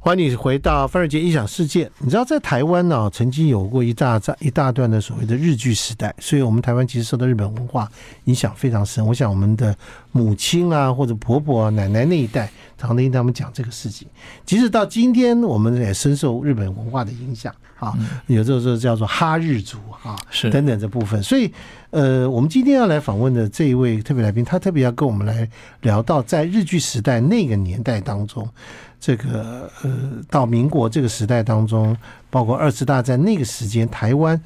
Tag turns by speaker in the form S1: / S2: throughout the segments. S1: 欢迎你回到范儿杰异想世界。你知道在台湾呢、曾经有过一大在一大段的所谓的日剧时代，所以我们台湾其实受到日本文化影响非常深。我想我们的母亲啊，或者婆婆、啊、奶奶那一代，常常听他们讲这个事情。即使到今天，我们也深受日本文化的影响啊，有时候说叫做哈日族啊，
S2: 是
S1: 等等这部分。所以，呃，我们今天要来访问的这一位特别来宾，他特别要跟我们来聊到在日剧时代那个年代当中，这个呃，到民国这个时代当中，包括二次大战那个时间，台湾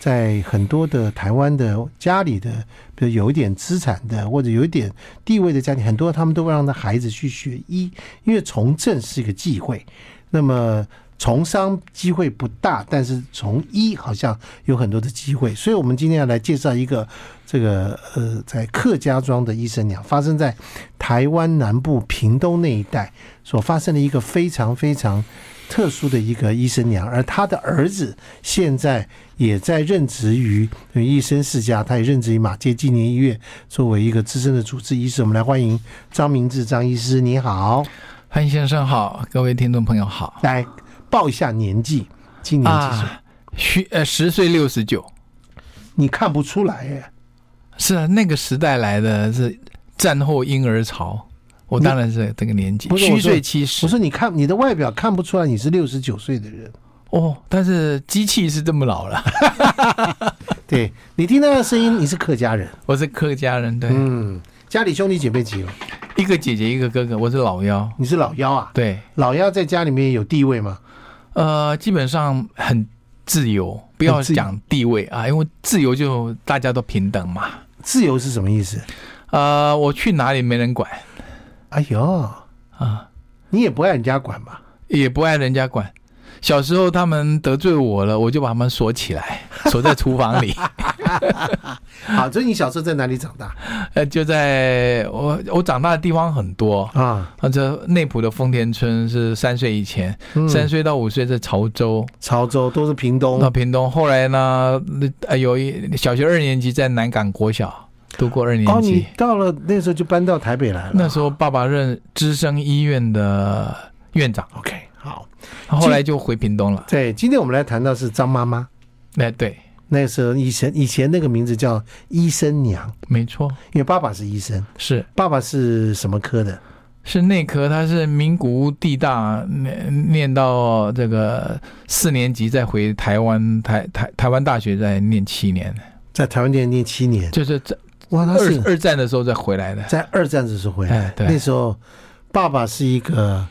S1: 在很多的台湾的家里的，比如有一点资产的或者有一点地位的家庭，很多他们都会让他孩子去学医，因为从政是一个忌讳。那么从商机会不大，但是从医好像有很多的机会，所以我们今天要来介绍一个这个呃，在客家庄的医生娘，发生在台湾南部屏东那一带所发生的一个非常非常特殊的一个医生娘，而她的儿子现在也在任职于呃医生世家，他也任职于马街纪念医院，作为一个资深的主治医师。我们来欢迎张明志张医师，你好。
S2: 潘先生好，各位听众朋友好
S1: 来报一下年纪，今年几岁？
S2: 啊，虚呃十岁六十九，
S1: 你看不出来耶，
S2: 是啊，那个时代来的是战后婴儿潮，我当然是这个年纪，
S1: 不是我
S2: 虚
S1: 说
S2: 岁七十
S1: 我说你看你的外表看不出来你是六十九岁的人，
S2: 哦，但是机器是这么老了，
S1: 对你听他的声音，你是客家人，
S2: 我是客家人，对，
S1: 嗯，家里兄弟姐妹几个？
S2: 一个姐姐一个哥哥，我是老幺，
S1: 你是老幺啊？
S2: 对，
S1: 老幺在家里面有地位吗？
S2: 呃，基本上很自由，不要
S1: 很自由
S2: 讲地位啊，因为自由就大家都平等嘛，
S1: 自由是什么意思？
S2: 呃，我去哪里没人管
S1: 哎呦，
S2: 啊。
S1: 你也不爱人家管吧？
S2: 也不爱人家管。小时候他们得罪我了，我就把他们锁 起来，锁在厨房里。
S1: 好，所以你小时候在哪里长大
S2: 呃，就在我我长大的地方很多，
S1: 啊？
S2: 啊，这内埔的丰田村是三岁以前，
S1: 嗯哦
S2: 三岁到五岁在潮州，
S1: 潮州都是屏东
S2: 到屏东。后来呢，那呃有一小学二年级在南港国小读过二
S1: 哦，
S2: 年级。
S1: 你到了那时候就搬到台北来了。
S2: 那时候爸爸任资深医院的院长，
S1: OK，好，
S2: 后来就回屏东了。
S1: 对，今天我们来谈到是张妈妈。
S2: 哎，对，
S1: 那时候以前以前那个名字叫医生娘，
S2: 没错，
S1: 因为爸爸是医生，
S2: 是。
S1: 爸爸是什么科的？
S2: 是内科，他是名古屋地大念念到这个四年级，再回台湾台台台湾大学再念七年，
S1: 在台湾店念七年，
S2: 就是这
S1: 哇，他
S2: 二
S1: 是
S2: 二战的时候再回来的。
S1: 在二战的时候回来
S2: 哎，对
S1: 那时候爸爸是一个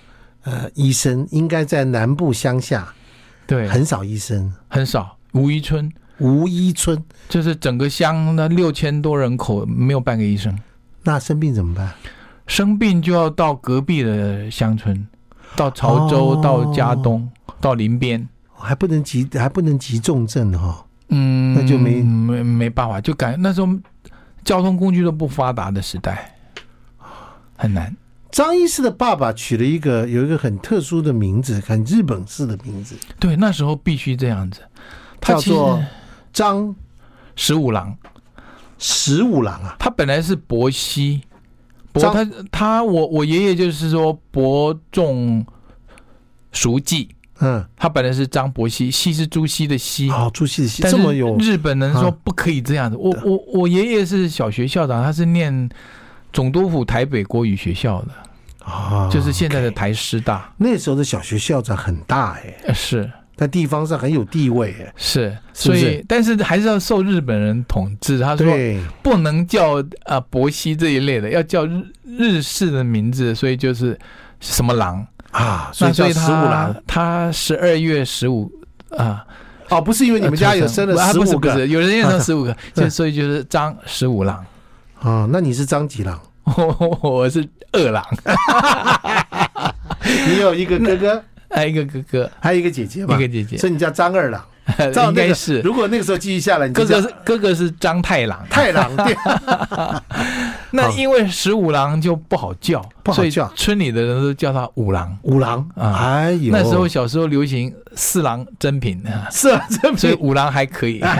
S1: 呃医生，应该在南部乡下
S2: 对，很
S1: 很少医生，
S2: 很少。吴一村
S1: 无医村，
S2: 就是整个乡那六千多人口没有半个医生，
S1: 那生病怎么办？
S2: 生病就要到隔壁的乡村，到潮州、
S1: 哦
S2: 到家东、到林边。
S1: 还不能急，还不能急重症哈、
S2: 嗯，
S1: 那就没
S2: 没没办法，就感那时候交通工具都不发达的时代，很难。
S1: 张医师的爸爸取了一个有一个很特殊的名字，很日本式的名字，
S2: 对，那时候必须这样子。他
S1: 叫做张
S2: 十五郎，
S1: 十五郎啊。
S2: 他本来是伯熙，伯
S1: 张
S2: 他他我我爷爷就是说伯仲叔季，
S1: 嗯，
S2: 他本来是张伯熙，熙是朱熹的熙。
S1: 好，朱熹的熹哦
S2: 但
S1: 这
S2: 是
S1: 么有
S2: 日本人说
S1: 啊
S2: 不可以这样子。我我我爷爷是小学校长，他是念总督府台北国语学校的，
S1: 啊，
S2: 就是现在的台师大。
S1: 那时候的小学校长很大哎、
S2: 呃是
S1: 在地方上很有地位哎、
S2: 是，
S1: 是不
S2: 所
S1: 是
S2: 以但是还是要受日本人统治。他说
S1: 对，
S2: 不能叫呃伯熙这一类的，要叫日日式的名字，所以就是什么郎，
S1: 啊，所
S2: 那
S1: 以
S2: 所
S1: 叫
S2: 以
S1: 十五
S2: 他
S1: 郎
S2: 他十二月十五啊，
S1: 哦，不是因为你们家有生了
S2: 啊
S1: 十
S2: 不是
S1: 五
S2: 不
S1: 个
S2: 是，有人也 生十五个，就所以就是张十五郎，
S1: 啊，那你是张几郎？
S2: 我我是二郎，
S1: 你有一个哥哥，
S2: 还哎有一个哥哥，
S1: 还有一个姐姐嘛
S2: 一，个姐姐，
S1: 所以你叫张二郎。照 那
S2: 应该
S1: 个
S2: 是
S1: 如果那个时候记忆下来，你
S2: 哥
S1: 就
S2: 哥
S1: 叫
S2: 是哥哥是张太郎，
S1: 太郎对，
S2: 那
S1: 好
S2: 因为十五郎就不好叫，
S1: 不好
S2: 所以
S1: 叫
S2: 村里的人都叫他五郎。
S1: 五郎。
S2: 啊
S1: 哎呦，
S2: 那时候小时候流行四郎真品 啊。
S1: 是啊，这
S2: 所以
S1: 不
S2: 五郎还 可以。
S1: 啊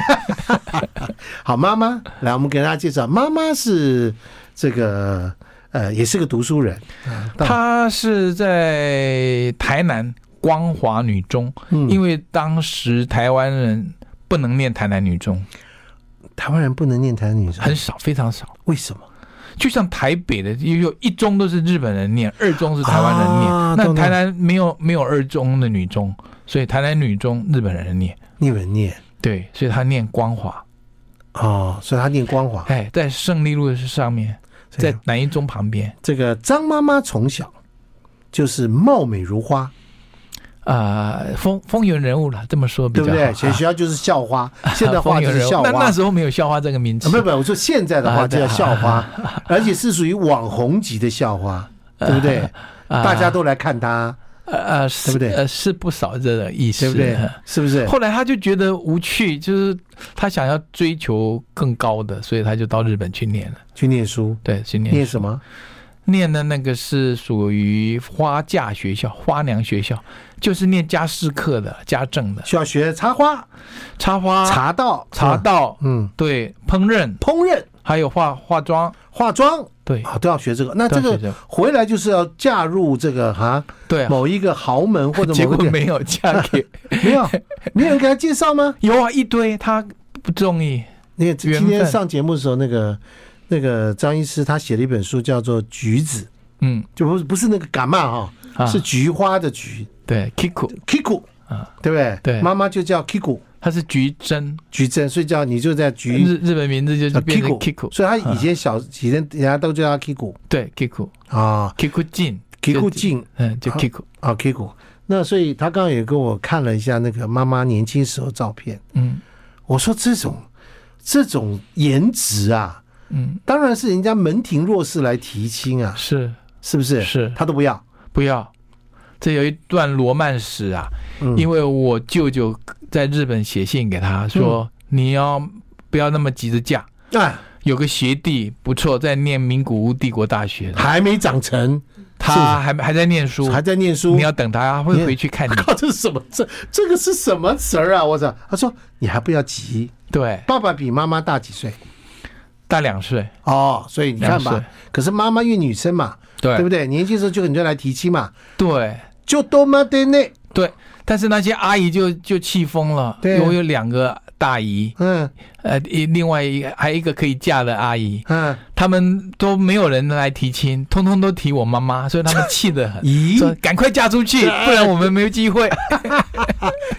S1: 好妈妈。来，我们给大家介绍，妈妈是这个呃，也是个读书人。啊到
S2: 他是在台南光华女中，
S1: 嗯，
S2: 因
S1: 为
S2: 为当时台湾人不能念台南女中，
S1: 嗯台湾人不能念台湾女生，
S2: 很少，非常少。
S1: 为什么？
S2: 就像台北的也有一中都是日本人念，二中是台湾人念，
S1: 啊
S2: 那
S1: 懂了
S2: 台南没有没有二中的女中，所以台南女中日本人念，
S1: 日本念
S2: 对，所以他念光华，
S1: 哦，所以他念光华。
S2: 哎，在胜利路上面，
S1: 这
S2: 在
S1: 样
S2: 南一中旁边
S1: 这个张妈妈从小就是貌美如花，
S2: 啊、风风云人物了，这么说比
S1: 对
S2: 较
S1: 不
S2: 好
S1: 对？学
S2: 啊
S1: 学校就是校 花，现在话
S2: 风
S1: 就
S2: 云
S1: 是
S2: 人
S1: 校
S2: 物，那
S1: 花
S2: 那。时候没有校花这个名
S1: 啊，
S2: 词，
S1: 不不，我说现在的话
S2: 啊对
S1: 叫校 花，而且是属于网红级的校花，对不对？
S2: 啊
S1: 大家都来看她，
S2: 呃呃，
S1: 对
S2: 是
S1: 不对
S2: 呃，是不少这个意思，
S1: 对不对
S2: 嗯？
S1: 是不是？
S2: 后来他就觉得无趣，就是他想要追求更高的，所以他就到日本去念了。
S1: 去念书，
S2: 对，去念
S1: 念什么？
S2: 念的那个是属于花嫁学校、花娘学校，就是念家事课的、家政的、
S1: 需要学插花、
S2: 插花、
S1: 茶道、
S2: 啊茶，道，
S1: 嗯，
S2: 对，烹饪，
S1: 烹饪、
S2: 还有化化妆，
S1: 化妆
S2: 对，
S1: 啊，都要学这个。那这
S2: 都要
S1: 个
S2: 学这个
S1: 回来就是要嫁入这个哈
S2: 对啊。
S1: 某一个豪门或者
S2: 结
S1: 某
S2: 果
S1: 个
S2: 没有嫁给，
S1: 没有没有人给他介绍吗？
S2: 有啊，一堆他不中意，
S1: 那个今
S2: 缘分
S1: 天上节目的时候，那个那个张医师他写了一本书，叫做《橘子》，
S2: 嗯
S1: 就不是不是那个感冒
S2: 啊，
S1: 哈，是菊花的菊
S2: 对 Kiku，
S1: ，Kiku
S2: 啊，
S1: 对不对？
S2: 对
S1: 妈妈就叫 Kiku
S2: 他是菊珍，
S1: 菊珍，所以叫你就在菊
S2: 日日本名字嗯就
S1: 呃
S2: 变成 Kiku，
S1: 所以他以前小以前人家都叫他 Kiku
S2: 对 Kiku
S1: 啊
S2: Kiku 进
S1: ，Kiku
S2: 就
S1: 静
S2: 嗯，就
S1: 啊
S2: Kiku，
S1: 啊，Kiku。那所以他刚刚也给我看了一下那个妈妈年轻时候照片，
S2: 嗯
S1: 我说这种这种颜值啊，
S2: 嗯，
S1: 当然是人家门庭若市来提亲啊，
S2: 是
S1: 是不是？
S2: 是，
S1: 他都不要。
S2: 不要。这有一段罗曼史啊，
S1: 嗯
S2: 因为我舅舅在日本写信给他说，你要不要那么急着嫁？
S1: 啊，
S2: 有个学弟不错，在念名古屋帝国大学，
S1: 还没长成，
S2: 他还还在念书，
S1: 还在念书
S2: 你。要等他会回去看你。
S1: 靠，这是什么？这这个是什么词儿啊？我操！他说你还不要急，
S2: 对，
S1: 爸爸比妈妈大几岁
S2: 大两岁，
S1: 哦，所以你看
S2: 两
S1: 吧
S2: 岁。
S1: 可是妈妈因为女生嘛，对不
S2: 对
S1: 对？年轻时候就很多人来提亲嘛，
S2: 对
S1: 就多么的那，
S2: 对，但是那些阿姨就就气疯了。
S1: 对
S2: 我有两个大姨，
S1: 嗯
S2: 呃，一另外一个还有一个可以嫁的阿姨，
S1: 嗯，
S2: 他们都没有人来提亲，通通都提我妈妈，所以他们气得很。说
S1: 咦，
S2: 赶快嫁出去，不然我们没有机会。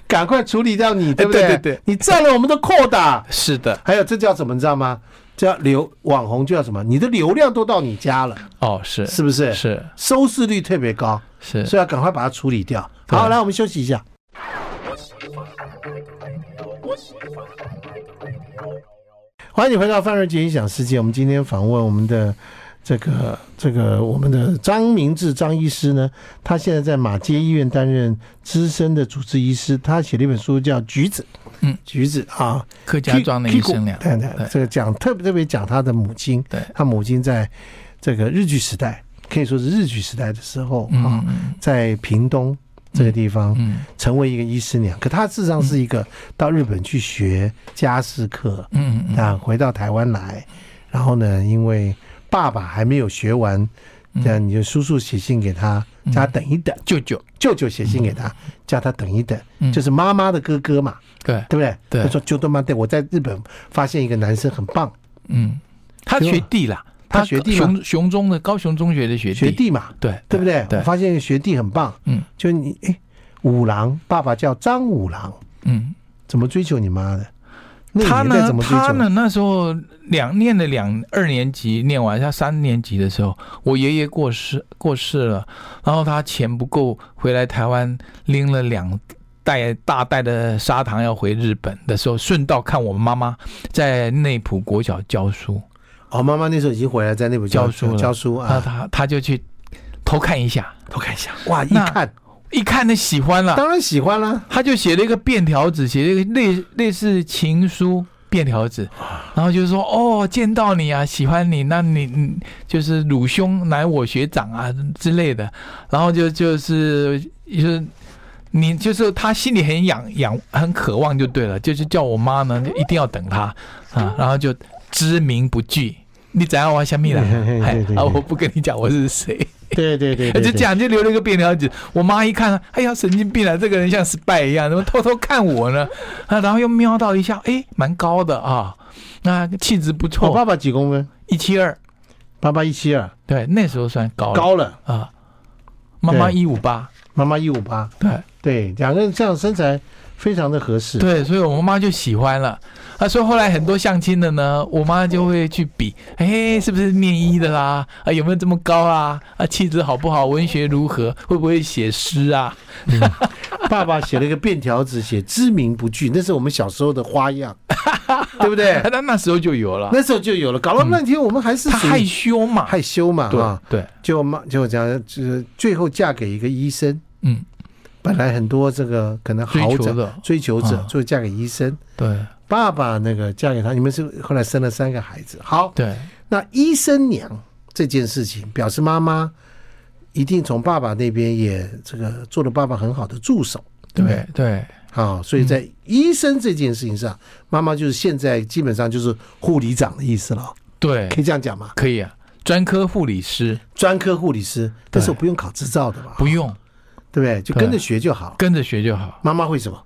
S1: 赶快处理掉你，对不
S2: 哎对
S1: 对
S2: 对对，
S1: 你占了我们的扩大。
S2: 是的，
S1: 还有这叫什么？你知道吗？叫流网红叫什么？你的流量都到你家了，
S2: 哦，是
S1: 是不是？
S2: 是
S1: 收视率特别高。
S2: 是
S1: 所以要赶快把它处理掉。
S2: 对
S1: 好，来我们休息一下。欢迎你回到范瑞杰音响世界。我们今天访问我们的这个这个我们的张明志张医师呢，他现在在马街医院担任资深的主治医师。他写了一本书叫《橘子》，
S2: 嗯，
S1: 橘子啊，
S2: 客家庄的医生俩。
S1: 对对，这个讲特别特别讲他的母亲，
S2: 对
S1: 他母亲在这个日据时代，可以说是日据时代的时候啊、
S2: 嗯嗯
S1: 在屏东这个地方
S2: 嗯
S1: 成为一个医师娘，可她事实上是一个到日本去学家事课，
S2: 嗯嗯
S1: 啊，回到台湾来，然后呢，因为爸爸还没有学完，
S2: 嗯
S1: 那你就叔叔写信给他，
S2: 嗯
S1: 叫他等一等；
S2: 舅舅，
S1: 舅舅写信给他，叫他等一等，
S2: 嗯
S1: 就是妈妈的哥哥嘛，
S2: 对，
S1: 对不对？
S2: 对
S1: 他说舅舅妈对我在日本发现一个男生很棒，
S2: 嗯，他学弟啦，
S1: 他学弟嘛，
S2: 雄雄中的高雄中学的学弟，
S1: 学弟嘛，
S2: 对
S1: 对不对？
S2: 对
S1: 我，发现一个学弟很棒，
S2: 嗯
S1: 就你哎，五郎，爸爸叫张五郎。
S2: 嗯，
S1: 怎么追求你妈的？那
S2: 他
S1: 个年代
S2: 呢
S1: 怎么，追
S2: 他
S1: 求？
S2: 呢，那时候两念的两二年级，念完他三年级的时候，我爷爷过世过世了，然后他钱不够，回来台湾拎了两袋大袋的砂糖要回日本的时候，顺道看我妈妈在内埔国小教书，
S1: 哦，妈妈那时候已经回来，在内部教
S2: 教书了
S1: 教书
S2: 那
S1: 啊，
S2: 他他就去偷看一下，
S1: 偷看一下，哇，一
S2: 那
S1: 看
S2: 一看呢喜欢了，
S1: 当然喜欢啦。
S2: 他就写了一个便条纸，写了一个类类似情书便条纸，然后就说哦，见到你啊，喜欢你，那你你就是鲁兄乃我学长啊之类的，然后就就是就是。你就是他心里很痒痒，很渴望就对了，就是叫我妈呢，就一定要等他啊，然后就 知名不惧，你怎样玩下面了？
S1: 嘿嘿嘿
S2: 哎
S1: 对对
S2: 啊，
S1: 对
S2: 我不跟你讲我是谁，
S1: 对对 对
S2: 哎
S1: 对，
S2: 就
S1: 对
S2: 这，样就留了一个便条纸。我妈一看，哎呀，神经病啊！这个人像 spy 一样，怎么偷偷看我呢？啊，然后又瞄到一下，哎，蛮高的啊，那气质不
S1: 我
S2: 错，
S1: 哦爸爸几公分？
S2: 一七二，
S1: 爸爸一七二，
S2: 对，那时候算高了
S1: 高了，
S2: 啊。妈妈
S1: 对
S2: 一五八，
S1: 妈妈一五八，
S2: 对
S1: 对，两个人这样身材非常的合适。
S2: 对，所以我妈就喜欢了。啊，所以后来很多相亲的呢，我妈就会去比，哎，是不是念医的啦？啊，有没有这么高啊？啊，气质好不好？文学如何？会不会写诗啊？
S1: 爸爸写了一个便条纸，写知名不具，那是我们小时候的花样，对不对
S2: 啊？ 那那时候就有了，
S1: 那时候就有了，搞了半天我们还是
S2: 她
S1: 属于
S2: 啊害羞嘛，
S1: 害羞嘛，啊，
S2: 对对，
S1: 就嘛就这样，就是最后嫁给一个医生。
S2: 嗯，
S1: 本来很多这个可能
S2: 追
S1: 豪
S2: 求
S1: 宅
S2: 的，
S1: 追求者
S2: 啊，
S1: 最后嫁给医生。
S2: 对
S1: 爸爸那个嫁给他，你们是后来生了三个孩子。好，
S2: 对
S1: 那医生娘这件事情，表示妈妈一定从爸爸那边也这个做了爸爸很好的助手，对不对
S2: 对对，
S1: 啊，所以在医生这件事情上，妈妈就是现在基本上就是护理长的意思了，
S2: 对，
S1: 可以这样讲吗？
S2: 可以啊，专科护理师
S1: 专科护理师，但是
S2: 对
S1: 我不用考执照的嘛，
S2: 不用
S1: 对不对？就跟着学就好。
S2: 跟着学就好。
S1: 妈妈会什么？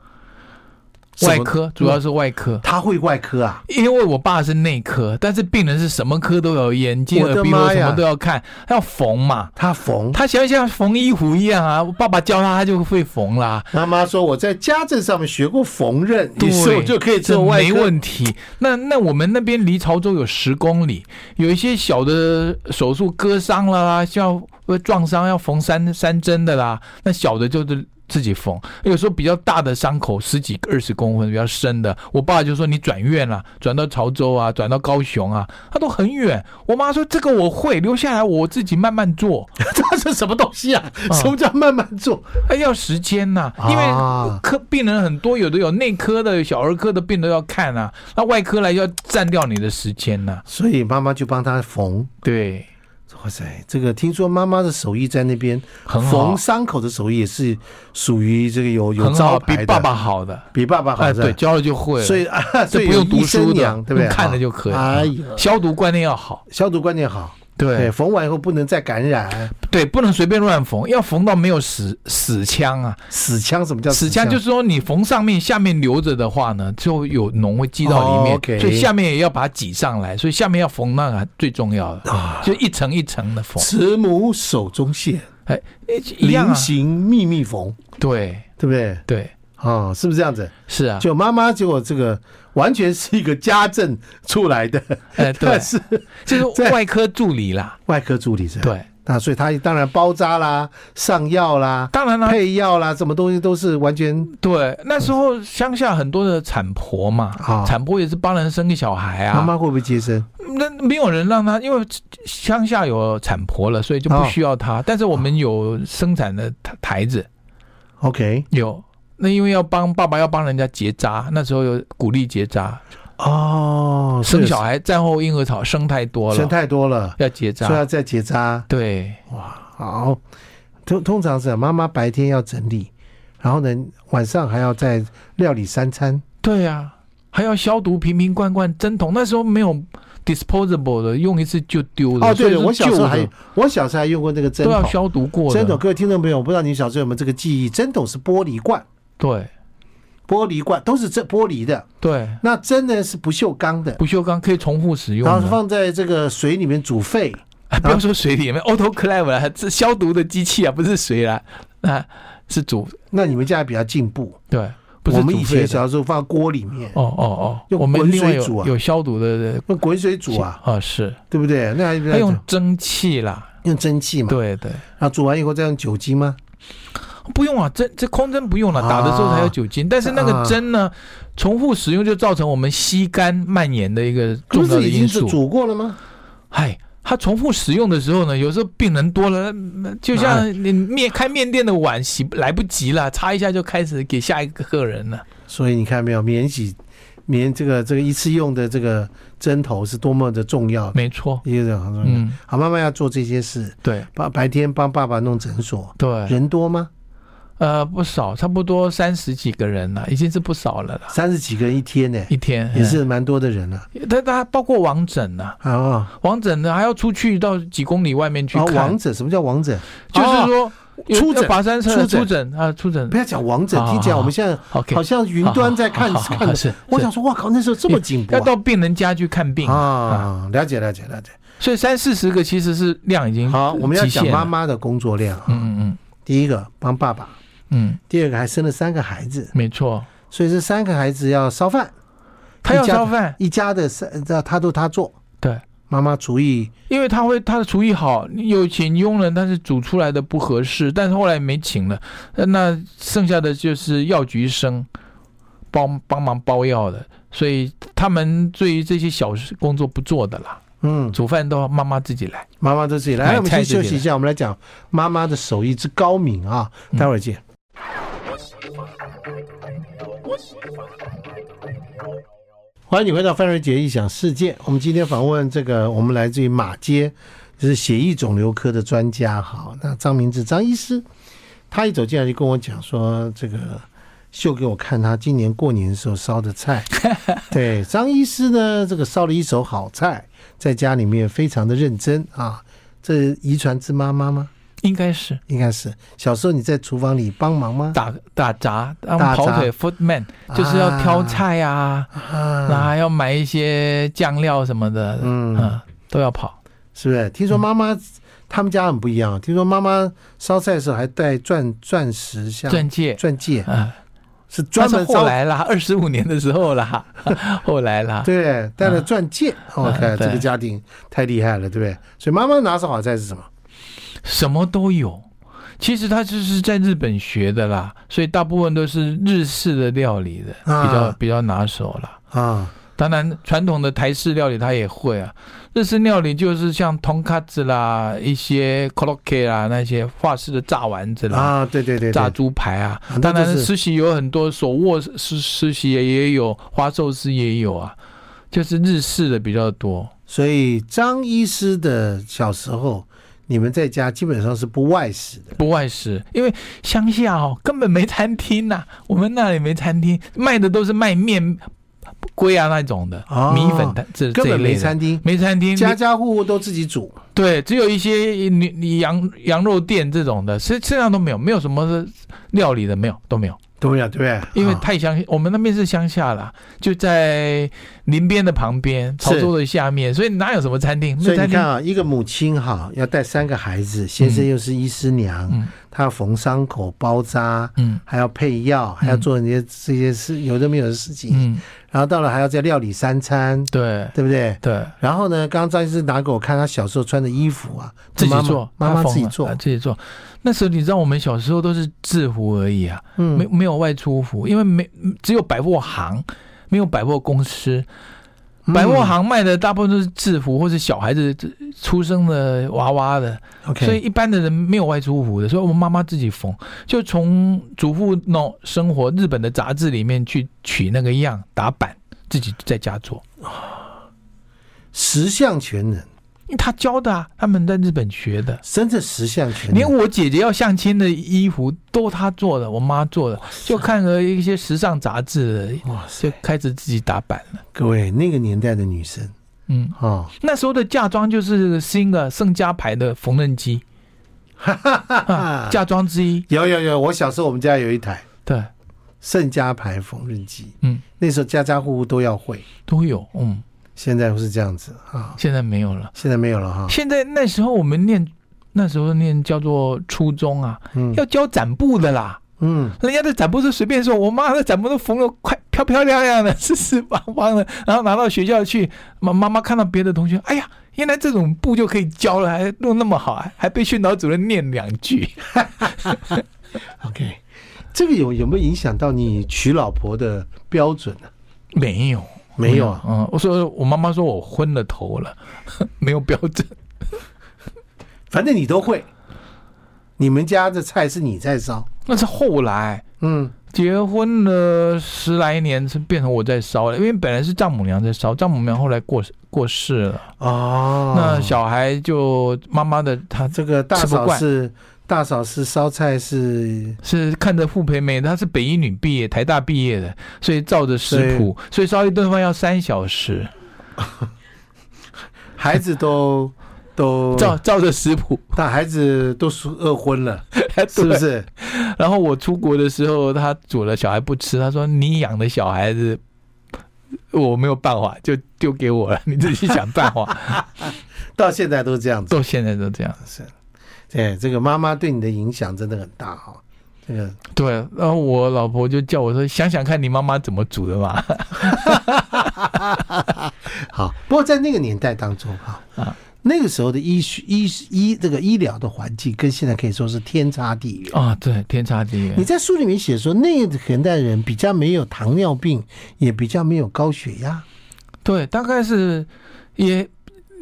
S2: 外
S1: 什么，
S2: 科主要是外科，
S1: 她会外科啊，
S2: 因为我爸是内科，但是病人是什么科都有，眼睛、
S1: 我的
S2: 耳鼻喉
S1: 妈
S2: 什
S1: 呀
S2: 么都要看，他要缝嘛。
S1: 她缝。
S2: 他想像缝衣服一样啊，我爸爸教他，他就会缝啦。
S1: 妈妈说我在家政上面学过缝纫，
S2: 对
S1: 于是我就可以做外
S2: 没
S1: 科。
S2: 问题。那那我们那边离潮州有十公里，有一些小的手术割伤了啦，像呃撞伤要缝三三针的啦，那小的就是自己缝。有时候比较大的伤口，十几二十公分比较深的，我爸就说你转院啦，转到潮州啊，转到高雄啊，他都很远。我妈说这个我会留下来，我自己慢慢做，
S1: 这是什么东西啊？
S2: 啊
S1: 什么叫慢慢做？
S2: 哎要时间呐、因为
S1: 啊
S2: 科病人很多，有的有内科的、有小儿科的病都要看啊，那外科来要占掉你的时间呐、
S1: 所以妈妈就帮她缝。
S2: 对，
S1: 哇塞，这个听说妈妈的手艺在那边
S2: 很好
S1: 缝，伤口的手艺也是属于这个有有
S2: 很
S1: 招
S2: 好，
S1: 牌
S2: 比
S1: 的，
S2: 爸爸好的，
S1: 比爸爸好
S2: 哎，
S1: 是吧
S2: 对，教了就会了，
S1: 所以啊，所
S2: 这
S1: 以
S2: 不用读
S1: 有医
S2: 书
S1: 生
S2: 的
S1: 娘，对不对？
S2: 用看着就可以了
S1: 哎呀，
S2: 消毒观念要好，
S1: 消毒观念好，对，
S2: 对
S1: 缝完以后不能再感染。
S2: 对，不能随便乱缝，要缝到没有死死腔啊，
S1: 死腔什么叫
S2: 死
S1: 腔？
S2: 腔就是说你缝上面，下面留着的话呢，就有脓会积到里面，
S1: 哦，OK
S2: 所以下面也要把它挤上来，所以下面要缝那个最重要的，
S1: 啊，
S2: 就一层一层的缝，
S1: 慈母手中线，
S2: 哎，一样
S1: 菱
S2: 啊，
S1: 形密密缝，
S2: 对
S1: 对不对？
S2: 对，
S1: 啊，是不是这样子？
S2: 是啊，
S1: 就妈妈，结果这个完全是一个家政出来的，
S2: 哎对
S1: 但，是
S2: 就是
S1: 在
S2: 外科助理啦，
S1: 外科助理是吧，
S2: 对，
S1: 那所以他当然包扎啦、上药啦、
S2: 当然啦，
S1: 配药啦，什么东西都是完全
S2: 哎对，那时候乡下很多的产婆嘛，
S1: 啊。
S2: 产婆也是帮人生个小孩啊。
S1: 妈妈会不会接生？
S2: 那没有人让她，因为乡下有产婆了，所以就
S1: 哦
S2: 不需要她。但是我们有生产的台台子，
S1: OK，
S2: 有。那因为要帮爸爸要帮人家结扎，那时候有鼓励结扎，
S1: 哦，
S2: 生小
S1: 孩
S2: 孩战后婴儿潮生太多了，啊
S1: 生太多了，
S2: 要结
S1: 所以要
S2: 扎。
S1: 再结扎。
S2: 对，
S1: 好，通通常是啊妈妈白天要整理，然后呢晚上还要再料理三餐。
S2: 对呀、啊，还要消毒瓶瓶罐罐针筒，那时候没有 disposable 的，用一次就丢的。
S1: 哦，对
S2: 所以
S1: 对，
S2: 是
S1: 我小时
S2: 旧
S1: 候
S2: 的
S1: 还有我小时候还用过那个针
S2: 都要
S1: 筒。
S2: 消毒过的。
S1: 针筒，各位听众朋友，我不知道你小时候有没有这个记忆？针筒是玻璃罐，
S2: 对
S1: 玻璃罐都是这玻璃的，
S2: 对，
S1: 那针呢是不锈钢的，
S2: 不锈钢可以重复使用
S1: 然后
S2: 的。
S1: 放在这个水里面煮沸，
S2: 啊不要说水里面，autoclave 啦，这消毒的机器啊，不是水啦，啊是煮
S1: 那你们家比较进步，
S2: 对，不是
S1: 我们
S2: 煮
S1: 以
S2: 沸
S1: 前
S2: 的。
S1: 小时候放锅里面，
S2: 哦哦哦，
S1: 用
S2: 我们
S1: 滚
S2: 另外
S1: 水煮
S2: 有
S1: 啊
S2: 有消毒的
S1: 用滚水煮啊，
S2: 啊是，
S1: 对不对？那还比较
S2: 它用蒸汽啦，
S1: 用蒸汽嘛，
S2: 对对，
S1: 然后煮完以后再用酒精吗？
S2: 不用啊，针这空针不用了，
S1: 啊
S2: 打的时候才有酒精，但是那
S1: 啊
S2: 个针呢，重复使用就造成我们吸干蔓延的一个
S1: 不
S2: 重要
S1: 是
S2: 的
S1: 已经
S2: 因
S1: 是
S2: 素。
S1: 煮过了吗？
S2: 哎，他重复使用的时候呢，有时候病人多了，那就
S1: 啊
S2: 像你面开面店的碗洗来不及了，擦一下就开始给下一个客人了。
S1: 所以你看没有，免洗免这个这个一次用的这个针头是多么的重要，
S2: 没错，
S1: 一个很重要。
S2: 嗯，
S1: 好，妈妈要做这些事，
S2: 对哎
S1: 白白天帮爸爸弄诊所，
S2: 对，
S1: 人多吗？
S2: 呃，不少，差不多三十几个人了，已经是不少了啦。
S1: 三十几个人一天呢、
S2: 一天
S1: 也，是蛮多的人了
S2: 嗯他他包括王诊呐、啊，
S1: 啊。啊，
S2: 王诊呢还要出去到几公里外面去
S1: 啊
S2: 看，
S1: 王者什么叫王者？哦
S2: 就是说有
S1: 出诊
S2: 要跋山涉
S1: 出诊
S2: 出诊啊，出诊
S1: 不。要讲王者
S2: 好，好
S1: 听起来
S2: 好
S1: 我们现在
S2: OK，
S1: 好像云端在看
S2: 好好好
S1: 看的。
S2: 是，
S1: 我
S2: 是
S1: 想说，哇靠，那时候这么紧迫
S2: 要到病人家去看病
S1: 啊！，啊了解了解了解。
S2: 所以三四十个其实是量已经
S1: 好，我们要
S2: 极
S1: 讲
S2: 限了
S1: 妈，妈的工作量啊。
S2: 嗯嗯
S1: 第一个帮爸爸，
S2: 嗯嗯，
S1: 第二个还生了三个孩子，
S2: 没错，
S1: 所以这三个孩子要烧饭，
S2: 他要
S1: 一家
S2: 烧饭，
S1: 一家的三，这他都他做，
S2: 对，
S1: 妈妈厨艺
S2: 因为他会他的厨艺好，有请佣人，但是煮出来的不合适，但是后来没请了，呃那剩下的就是药局生帮帮忙包药的，所以他们对于这些小事工作不做的啦，
S1: 嗯，
S2: 煮饭都要妈妈自己来。
S1: 妈妈都自己来。
S2: 买
S1: 来我们
S2: 菜
S1: 先
S2: 自
S1: 休
S2: 己
S1: 息一下，我们来讲妈妈的手艺之高明啊，
S2: 嗯
S1: 待会儿见。欢迎你回到范瑞杰异想世界。我们今天访问这个，我们来自于马街，就是血液肿瘤科的专家。好，那张明志张医师，他一走进来就跟我讲说，这个秀给我看他今年过年的时候烧的 菜。对，张医师呢，这个烧了一手好菜，在家里面非常的认真啊。这遗传自妈妈吗？
S2: 应该是
S1: 应该是小时候你在厨房里帮忙吗？
S2: 打打杂，当
S1: 打杂
S2: 跑腿 footman，就是要挑菜啊，那、
S1: 啊，
S2: 还要买一些酱料什么的，嗯
S1: 嗯，
S2: 都要跑。
S1: 是不是？听说妈妈他们家很不一样，啊听说妈妈烧菜的时候还戴钻钻石像
S2: 钻戒
S1: 钻戒，
S2: 啊，
S1: 是
S2: 那
S1: 专
S2: 是
S1: 门
S2: 后
S1: 烧。
S2: 来 啦，二十五年的时候啦，后来啦，
S1: 对，戴了钻戒，我看这
S2: 啊对
S1: 个家庭太厉害了，对不对？所以妈妈拿手好菜是什么？
S2: 什么都有。其实他就是在日本学的啦，所以大部分都是日式的料理的，
S1: 啊
S2: 比较比较拿手啦。
S1: 啊，
S2: 当然，传统的台式料理他也会啊。日式料理就是像 tonkatsu 啦，一些 koroke 啦，那些法式的炸丸子啦，
S1: 啊，对对对对，
S2: 炸猪排啊。
S1: 啊那
S2: 当然
S1: 就，是
S2: 实习有很多，手握实实习也有，花寿司也有啊，就是日式的比较多。
S1: 所以张医师的小时候，你们在家基本上是不外食的。
S2: 不外食，因为乡下哦根本没餐厅呐、我们那里没餐厅，卖的都是卖面、龟啊那种的，
S1: 哦
S2: 米粉的这
S1: 根
S2: 这一
S1: 本没
S2: 类的，
S1: 餐厅，
S2: 没餐厅，
S1: 家家户户都自己煮。
S2: 对，只有一些你羊羊肉店这种的，实实际上都没有，没有什么料理的，没有都没有，
S1: 对呀，对不对？
S2: 因为
S1: 啊
S2: 太乡，我们那边是乡下啦，就在林边的旁边，潮州的下面，所以哪有什么餐厅？没
S1: 所以
S2: 有
S1: 你
S2: 餐厅
S1: 看，啊，一个母亲哈，要带三个孩子，先生又是医师娘，
S2: 嗯
S1: 她要缝伤口、包扎，
S2: 嗯
S1: 还要配药，还要做那些这些事，有的没有的事情。
S2: 嗯，
S1: 然后到了还要再料理三餐，
S2: 对
S1: 对不对？
S2: 对，
S1: 然后呢，刚刚张医师拿给我看他小时候穿的衣服啊，
S2: 自己
S1: 妈妈
S2: 做，
S1: 妈妈
S2: 他
S1: 自己
S2: 缝了
S1: 做
S2: 啊，自己做。那时候你知道，我们小时候都是制服而已啊，没
S1: 嗯，
S2: 没有外出服，因为没只有百货行，没有百货公司。
S1: 嗯
S2: 百货行卖的大部分都是制服或是小孩子出生的娃娃的，
S1: 嗯，OK，
S2: 所以一般的人没有外出服的，所以我们妈妈自己缝，就从主妇那种生活日本的杂志里面去取那个样打版，自己在家做。
S1: 十项全能，
S2: 因为他教的啊，他们在日本学的。
S1: 真的十项全
S2: 连
S1: 能。
S2: 我姐姐要相亲的衣服都她做的，我妈做的，就看了一些时尚杂志，
S1: 哇
S2: 就
S1: 塞，
S2: 开始自己打版了。
S1: 各位那个年代的女生
S2: 嗯，
S1: 哦，
S2: 那时候的嫁妆就是新的盛家牌的缝纫机，啊嫁妆之一。
S1: 有有有，我小时候我们家有一台
S2: 对，
S1: 盛家牌缝纫机，
S2: 嗯，
S1: 那时候家家户户都要会，
S2: 都有。嗯，
S1: 现在不是这样子啊，
S2: 现在没有了。
S1: 现在没有了哈，
S2: 现在那时候我们念，那时候念叫做初中啊，
S1: 嗯
S2: 要教展布的啦。
S1: 嗯，
S2: 人家的展布是随便说，我妈的展布都缝的快漂漂亮亮的， 四四方方的，然后拿到学校去，妈妈妈看到别的同学，哎呀，原来这种布就可以教了，还弄那么好，还还被训导主任念两 句。
S1: OK，这个有有没有影响到你娶老婆的标准呢、
S2: 没有，
S1: 没有啊，
S2: 嗯，我说我妈妈说我昏了头了， 没有标准，嗯
S1: 反正你都会。你们家的菜是你在烧，
S2: 那是后来。
S1: 嗯，
S2: 结婚了十来年，是变成我在烧了，因为本来是丈母娘在烧，丈母娘后来过过世了，
S1: 哦，
S2: 那小孩就妈妈的她
S1: 这个大
S2: 吃不
S1: 嫂
S2: 惯
S1: 是大嫂是烧菜是
S2: 是看着傅培梅，她是北一女毕业，台大毕业的，所以照着食谱，所以烧一顿饭要三小时，
S1: 孩子都 都
S2: 照照着食谱。
S1: 大孩子都是饿昏了，是不
S2: 对
S1: 是？
S2: 然后我出国的时候，他煮了小孩不吃，他说你养的小孩子。我没有办法，就丢给我了，你自己想办 法。
S1: 到现在都这样子。
S2: 到现在都这样。
S1: 是，对这个妈妈对你的影响真的很大哈、这个
S2: 对，然后我老婆就叫我说：“想想看你妈妈怎么煮的嘛。
S1: 好，不过在那个年代当中哈、
S2: 啊
S1: 那个时候的医学医医这个医疗的环境跟现在可以说是天差地远”。
S2: 啊，对，天差地
S1: 你
S2: 远。
S1: 在书里面写说，那个年代人比较没有糖尿病，也比较没有高血压。
S2: 对，大概是也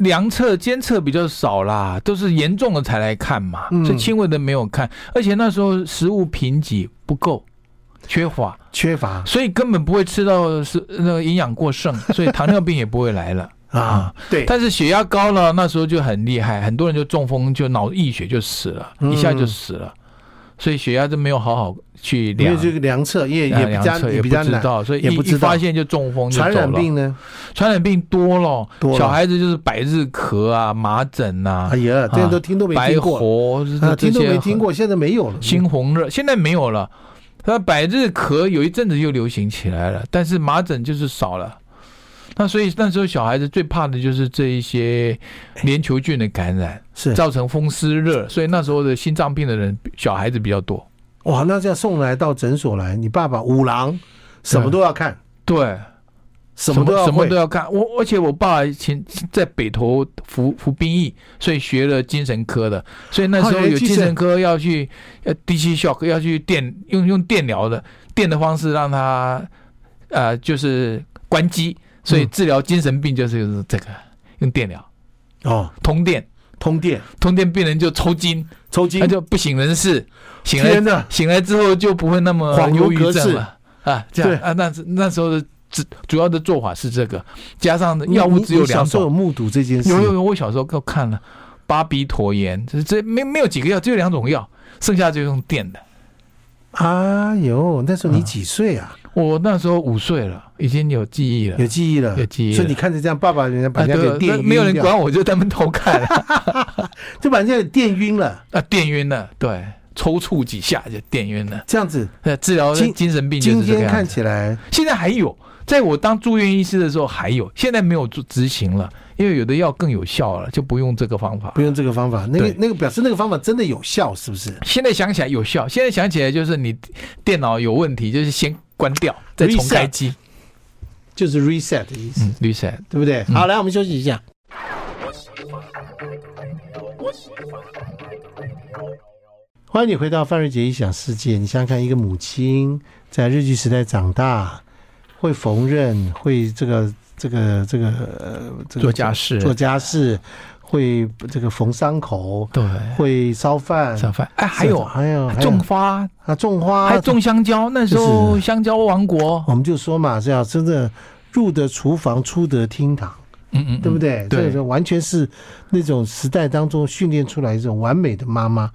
S2: 量测监测比较少啦，都是严重的才来看嘛，
S1: 嗯
S2: 所以轻微的没有看。而且那时候食物贫瘠不够，缺乏，
S1: 缺乏
S2: 所以根本不会吃到是那个营养过剩，所以糖尿病也不会来 了。
S1: 啊，对，
S2: 但是血压高了，那时候就很厉害，很多人就中风，就脑溢血就死了，
S1: 嗯
S2: 一下就死了。所以血压就没有好好去
S1: 没
S2: 量
S1: 有，这个量测，也
S2: 啊
S1: 也比较
S2: 量测也
S1: 比
S2: 不
S1: 较
S2: 知
S1: 难。
S2: 道，所以
S1: 也
S2: 一
S1: 不知
S2: 一发
S1: 道
S2: 现就中风就走
S1: 传
S2: 了。
S1: 染病呢？
S2: 传染病多了，
S1: 多了
S2: 小孩子就是百日咳啊、麻疹啊
S1: 哎、呀，这些都听都没
S2: 白
S1: 听过，
S2: 喉，
S1: 啊，
S2: 这
S1: 听都
S2: 些
S1: 没听过，嗯现在没有了。
S2: 猩红热，现在没有了。那百日咳有一阵子又流行起来了，但是麻疹就是少了。那所以那时候小孩子最怕的就是这一些链球菌的感染，
S1: 是
S2: 造成风湿热，所以那时候的心脏病的人小孩子比较多。
S1: 哇，那这样送来到诊所来，你爸爸五郎什么都要看，
S2: 对，
S1: 什么都要
S2: 嗯什么
S1: 会
S2: 都，要看。我而且我爸以前在北投服服兵役，所以学了精神科的，所以那时
S1: 哦
S2: 候
S1: 原来
S2: 有
S1: 精
S2: 精
S1: 神
S2: 神科要去呃 DC shock 要去电用用电疗的电的方式让他呃就是关机，所以
S1: 嗯
S2: 治疗精神病就是就是这个用电疗
S1: 哦，
S2: 通电。
S1: 通电、
S2: 通电病人就抽筋，
S1: 抽筋
S2: 他，就不省人事。醒来
S1: 天哪，
S2: 醒来之后就不会那么
S1: 恍如
S2: 忧郁
S1: 隔世
S2: 症了啊！这样
S1: 对
S2: 啊，那是那时候的主主要的做法是这个，加上药物
S1: 你
S2: 只有
S1: 你小
S2: 两
S1: 时候有
S2: 种，
S1: 目睹这件事，
S2: 有有有，我小时候都看了巴比妥盐，这这没没有几个药，只有两种药，剩下就用电的。
S1: 啊，有，那时
S2: 嗯
S1: 候你几岁啊？
S2: 我那时候五岁了，已经有记忆了
S1: 有。记忆了，
S2: 有记忆了
S1: 所以你看着这样，爸爸人家把
S2: 啊，
S1: 人家给
S2: 对，
S1: 电
S2: 那
S1: 晕
S2: 没有人
S1: 掉
S2: 管我，就在门头看
S1: 就把人家给电晕了，
S2: 啊，电晕了，对，抽搐几下就电晕了。
S1: 这样子。
S2: 呃，治疗
S1: 今
S2: 精神病就
S1: 今
S2: 是这个
S1: 天
S2: 样子
S1: 看。起来，
S2: 现在还有，在我当住院医师的时候还有，现在没有做执行了，因为有的药更有效了，就不用这个方法
S1: 不。用这个方法，那个
S2: 对
S1: 那个表示那个方法真的有效，是不是？
S2: 现在想起来有效，现在想起来就是你电脑有问题，就是先关掉，再重开机。
S1: 就是 reset 的意思，
S2: 嗯，绿色。
S1: 对不对？
S2: 嗯
S1: 好，来我们休息一下。欢迎你回到范瑞杰异想世界。你想想看，一个母亲在日据时代长大，会缝纫，会这个这个这个呃，这个
S2: 做家事
S1: 做家事，会这个缝伤口，
S2: 对，
S1: 会烧饭，
S2: 吃饭。哎，还有
S1: 还有嗯哦还有
S2: 种花，
S1: 啊种花，
S2: 还种香蕉，那时候
S1: 就是
S2: 香蕉王国。
S1: 我们就说嘛，这样真的入得厨房，出得厅堂，
S2: 嗯嗯，嗯
S1: 对不？对？
S2: 对
S1: 这个完全是那种时代当中训练出来一种完美的妈妈。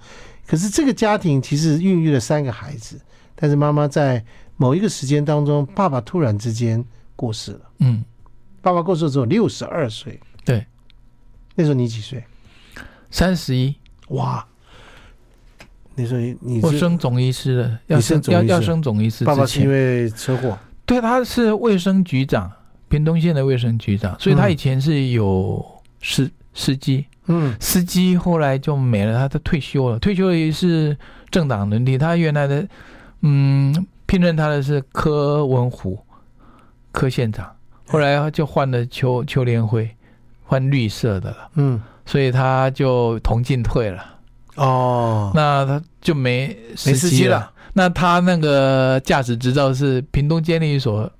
S1: 可是这个家庭其实孕育了三个孩子，但是妈妈在某一个时间当中，爸爸突然之间过世了。
S2: 嗯，
S1: 爸爸过世之后六十二岁，
S2: 对，
S1: 那时候你几岁？
S2: 三十一，
S1: 哇！那时候你你
S2: 我
S1: 是
S2: 升总医师了，要
S1: 你升
S2: 升
S1: 总
S2: 要
S1: 医
S2: 要
S1: 师
S2: 升总医师之前。
S1: 爸爸是因为车祸
S2: 对，他是卫生局长，屏东县的卫生局长，所以他
S1: 嗯
S2: 以前是有司司机，
S1: 嗯
S2: 司机后来就没了，他他退休了，退休了也是政党轮替，他原来的嗯聘任他的是柯文虎柯县长，后来就换了邱邱连辉，换绿色的了，
S1: 嗯
S2: 所以他就同进退了。
S1: 哦，
S2: 那他就没
S1: 没司机了
S2: 了。那他那个驾驶执照是屏东监理所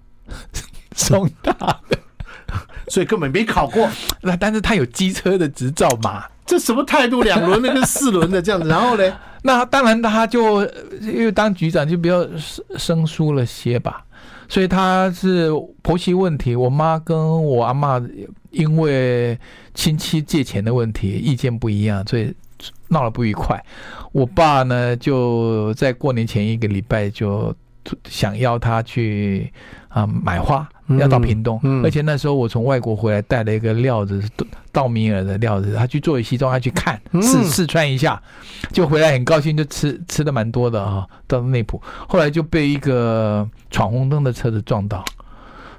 S2: 送他，
S1: 所以根本没考过。
S2: 那但是他有机车的执照嘛？
S1: 这什么态度？两轮的跟四轮的这样子，然后呢？
S2: 那当然他就呃因为当局长就比较生生疏了些吧，所以他是婆媳问题。我妈跟我阿妈因为亲戚借钱的问题意见不一样，所以闹了不愉快。我爸呢，就在过年前一个礼拜就想要他去啊、买花，要到屏东，
S1: 嗯嗯
S2: 而且那时候我从外国回来带了一个料子，是稻稻米尔的料子，他去做西装，他去看
S1: 嗯
S2: 试试穿一下，就回来很高兴，就吃吃的蛮多的啊，到内埔，后来就被一个闯红灯的车子撞到。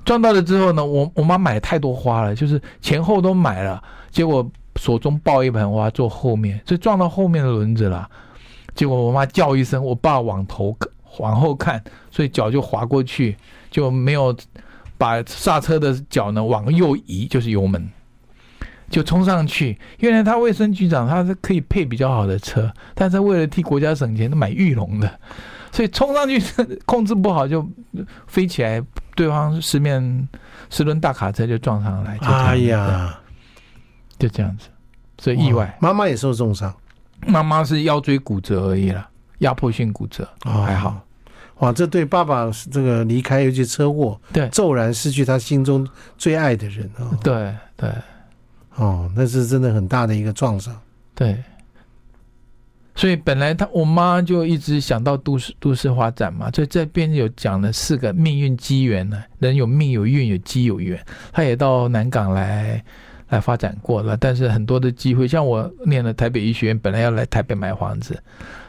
S2: 撞到了之后呢，我我妈买了太多花了，就是前后都买了，结果手中抱一盆花坐后面，所以撞到后面的轮子了。结果我妈叫一声，我爸往头往后看，所以脚就滑过去，就没有把刹车的脚呢往右移，就是油门，就冲上去。原来他卫生局长他是可以配比较好的车，但是为了替国家省钱，他买玉龙的，所以冲上去控制不好就飞起来，对方十面十轮大卡车就撞上来，就这样
S1: 哎，呀，
S2: 就这样子，所以意外。
S1: 妈妈也受重伤，
S2: 妈妈是腰椎骨折而已啦，压迫性骨折，
S1: 哦
S2: 还好。
S1: 哇，这对爸爸这个离开，尤其车祸，
S2: 对嗯
S1: 骤然失去他心中最爱的人哦，
S2: 对对
S1: 哦，那是真的很大的一个创伤。
S2: 对，所以本来他我妈就一直想到都市都市发展嘛，所以这边有讲了四个命运机缘呢，人有命有运有机有缘，她也到南港来。来发展过了，但是很多的机会，像我念了台北医学院，本来要来台北买房子，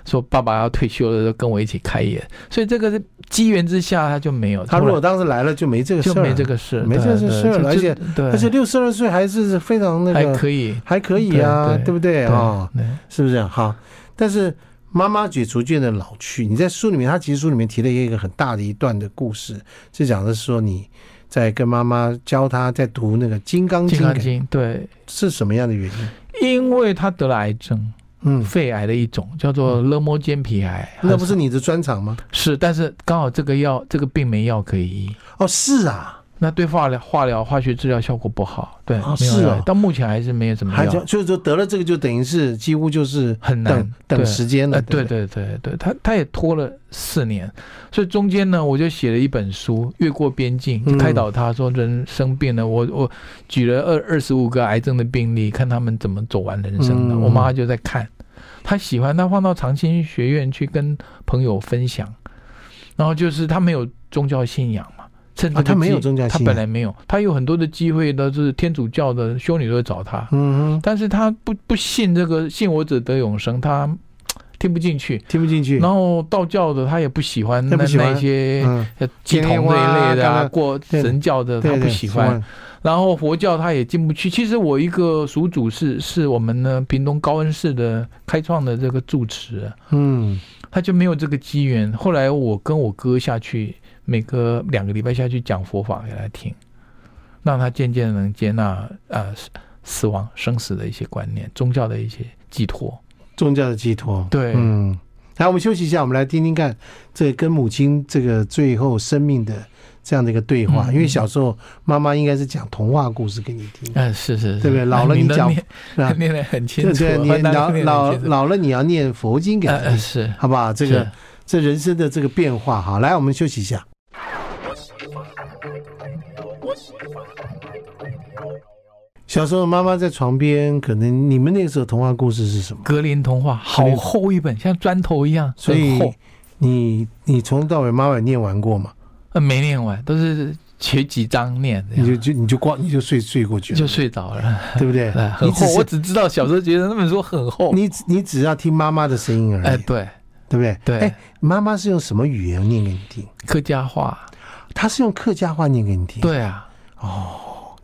S2: 说爸爸要退休了，就跟我一起开业，所以这个是机缘之下他就没有，
S1: 他如果当时来了，就没这个事
S2: 就
S1: 儿，
S2: 没这，个事，
S1: 没
S2: 对
S1: 这个
S2: 对
S1: 事儿
S2: 就
S1: 了
S2: 就
S1: 而且
S2: 对，
S1: 而且六十二岁还是非常那
S2: 还
S1: 个，
S2: 可以，
S1: 还可以啊，
S2: 对对
S1: 对不对
S2: 对
S1: 啊？
S2: 对
S1: 是不是？好，但是妈妈解逐渐的老去，你在书里面，他其实书里面提了一个很大的一段的故事，是讲的是说你在跟妈妈教她在读那个《金刚
S2: 《
S1: 经
S2: 金》刚
S1: 给，
S2: 经》对，
S1: 是什么样的原因？
S2: 因为他得了癌症，
S1: 嗯，
S2: 肺癌的一种叫做勒膜间皮癌，
S1: 那不是你的专长吗？
S2: 是，但是刚好这个药这个病没药可以医，
S1: 哦，是啊，
S2: 那对化疗、化疗、化学治疗效果不好，对，
S1: 啊
S2: 没有
S1: 是
S2: 药
S1: 哦
S2: 到目前还是没有怎么
S1: 还
S2: 药
S1: 讲，，就是说得了这个就等于是几乎就是
S2: 很难
S1: 等等
S2: 对
S1: 时间了，
S2: 呃，对
S1: 不对，啊
S2: 对对对，他他也拖了四年，所以中间呢，我就写了一本书《越过边境》，
S1: 嗯
S2: 开导他说人生病了，我我举了二二十五个癌症的病例，看他们怎么走完人生的。
S1: 嗯
S2: 我妈就在看，她喜欢，她放到长青学院去跟朋友分享，然后就是她没有宗教信仰嘛，甚至
S1: 啊，他没有宗教
S2: 他
S1: 信
S2: 本
S1: 仰，
S2: 来没有，她有很多的机会呢，就是天主教的修女都会找她。
S1: 嗯哼，
S2: 但是他不不信这个“信我者得永生”，他嘖听不进去。
S1: 听不进去，
S2: 然后道教的他也不喜欢
S1: 他
S2: 那
S1: 不喜欢
S2: 那些
S1: 嗯，
S2: 呃鸡童这一类的
S1: 天天花
S2: 啊，
S1: 干嘛
S2: 过
S1: 对
S2: 神教的他
S1: 对
S2: 不
S1: 对，
S2: 喜欢。，然后佛教他也进不去。其实我一个属主是是我们呢屏东高恩市的开创的这个住持，啊
S1: 嗯，
S2: 他就没有这个机缘。后来我跟我哥下去，每隔两个礼拜下去讲佛法给他听，让他渐渐能接纳呃死死亡、生死的一些观念，宗教的一些寄托。
S1: 宗教的寄托，
S2: 对
S1: 嗯，来，我们休息一下，我们来听听看这跟母亲这个最后生命的这样的一个对话。
S2: 嗯
S1: 因为小时候妈妈应该是讲童话故事给你听，
S2: 嗯、是是是，
S1: 对不对老了
S2: 你
S1: 你讲
S2: 念
S1: 那
S2: 念得很清
S1: 对
S2: 楚，
S1: 对，你
S2: 很难
S1: 老
S2: 念得
S1: 老
S2: 很清楚
S1: 老了你要念佛经给
S2: 呃
S1: 他
S2: 呃
S1: 听，
S2: 是
S1: 好不好？这
S2: 是
S1: 个这人生的这个变化，好，来，我们休息一下。小时候，妈妈在床边，可能你们那个时候童话故事是什么？
S2: 格林童话，好厚一本，像砖头一样，
S1: 所以
S2: 很厚。
S1: 你你从头到尾妈妈也念完过吗？
S2: 呃，没念完，都是写几章念这
S1: 你就
S2: 样，
S1: 就你就光你就睡睡过去了，
S2: 啊就睡着了。
S1: 对不对
S2: 呃，？
S1: 你
S2: 很
S1: 只
S2: 厚，我
S1: 是
S2: 只知道小时候觉得那本书很厚。
S1: 你只你只要听妈妈的声音而已，
S2: 哎、对
S1: 对不对？
S2: 对
S1: 哎，妈妈是用什么语言念给你听？
S2: 客家话，
S1: 她是用客家话念给你听，，
S2: 对啊，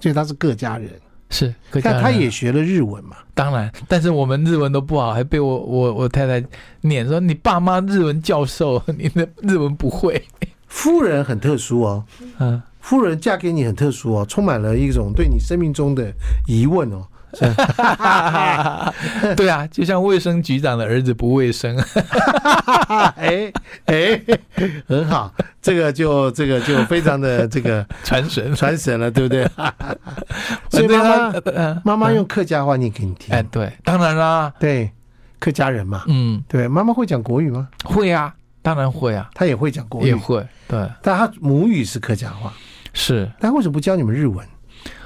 S1: 所以她是客家人。
S2: 是客家
S1: 但
S2: 人。
S1: 她也学了日文嘛，
S2: 当然，但是我们日文都不好，还被我我我太太念说你爸妈日文教授，你的日文不会。
S1: 夫人很特殊哦，
S2: 嗯，
S1: 夫人嫁给你很特殊哦，充满了一种对你生命中的疑问哦。
S2: 对啊，就像卫生局长的儿子不卫生，
S1: 哎哎，很好，这个就这个就非常的这个
S2: 传神。
S1: 传神了，对不 对？所以
S2: 反正
S1: 妈妈嗯
S2: 他呃
S1: 妈妈用客家话念给你听
S2: 哎，对，当然啦，
S1: 对，客家人嘛，
S2: 嗯，
S1: 对，妈妈会讲国语吗？
S2: 会啊，当然会啊，
S1: 她也会讲国
S2: 也
S1: 语，
S2: 会，对，
S1: 但她母语是客家话。
S2: 是
S1: 但为什么不教你们日文？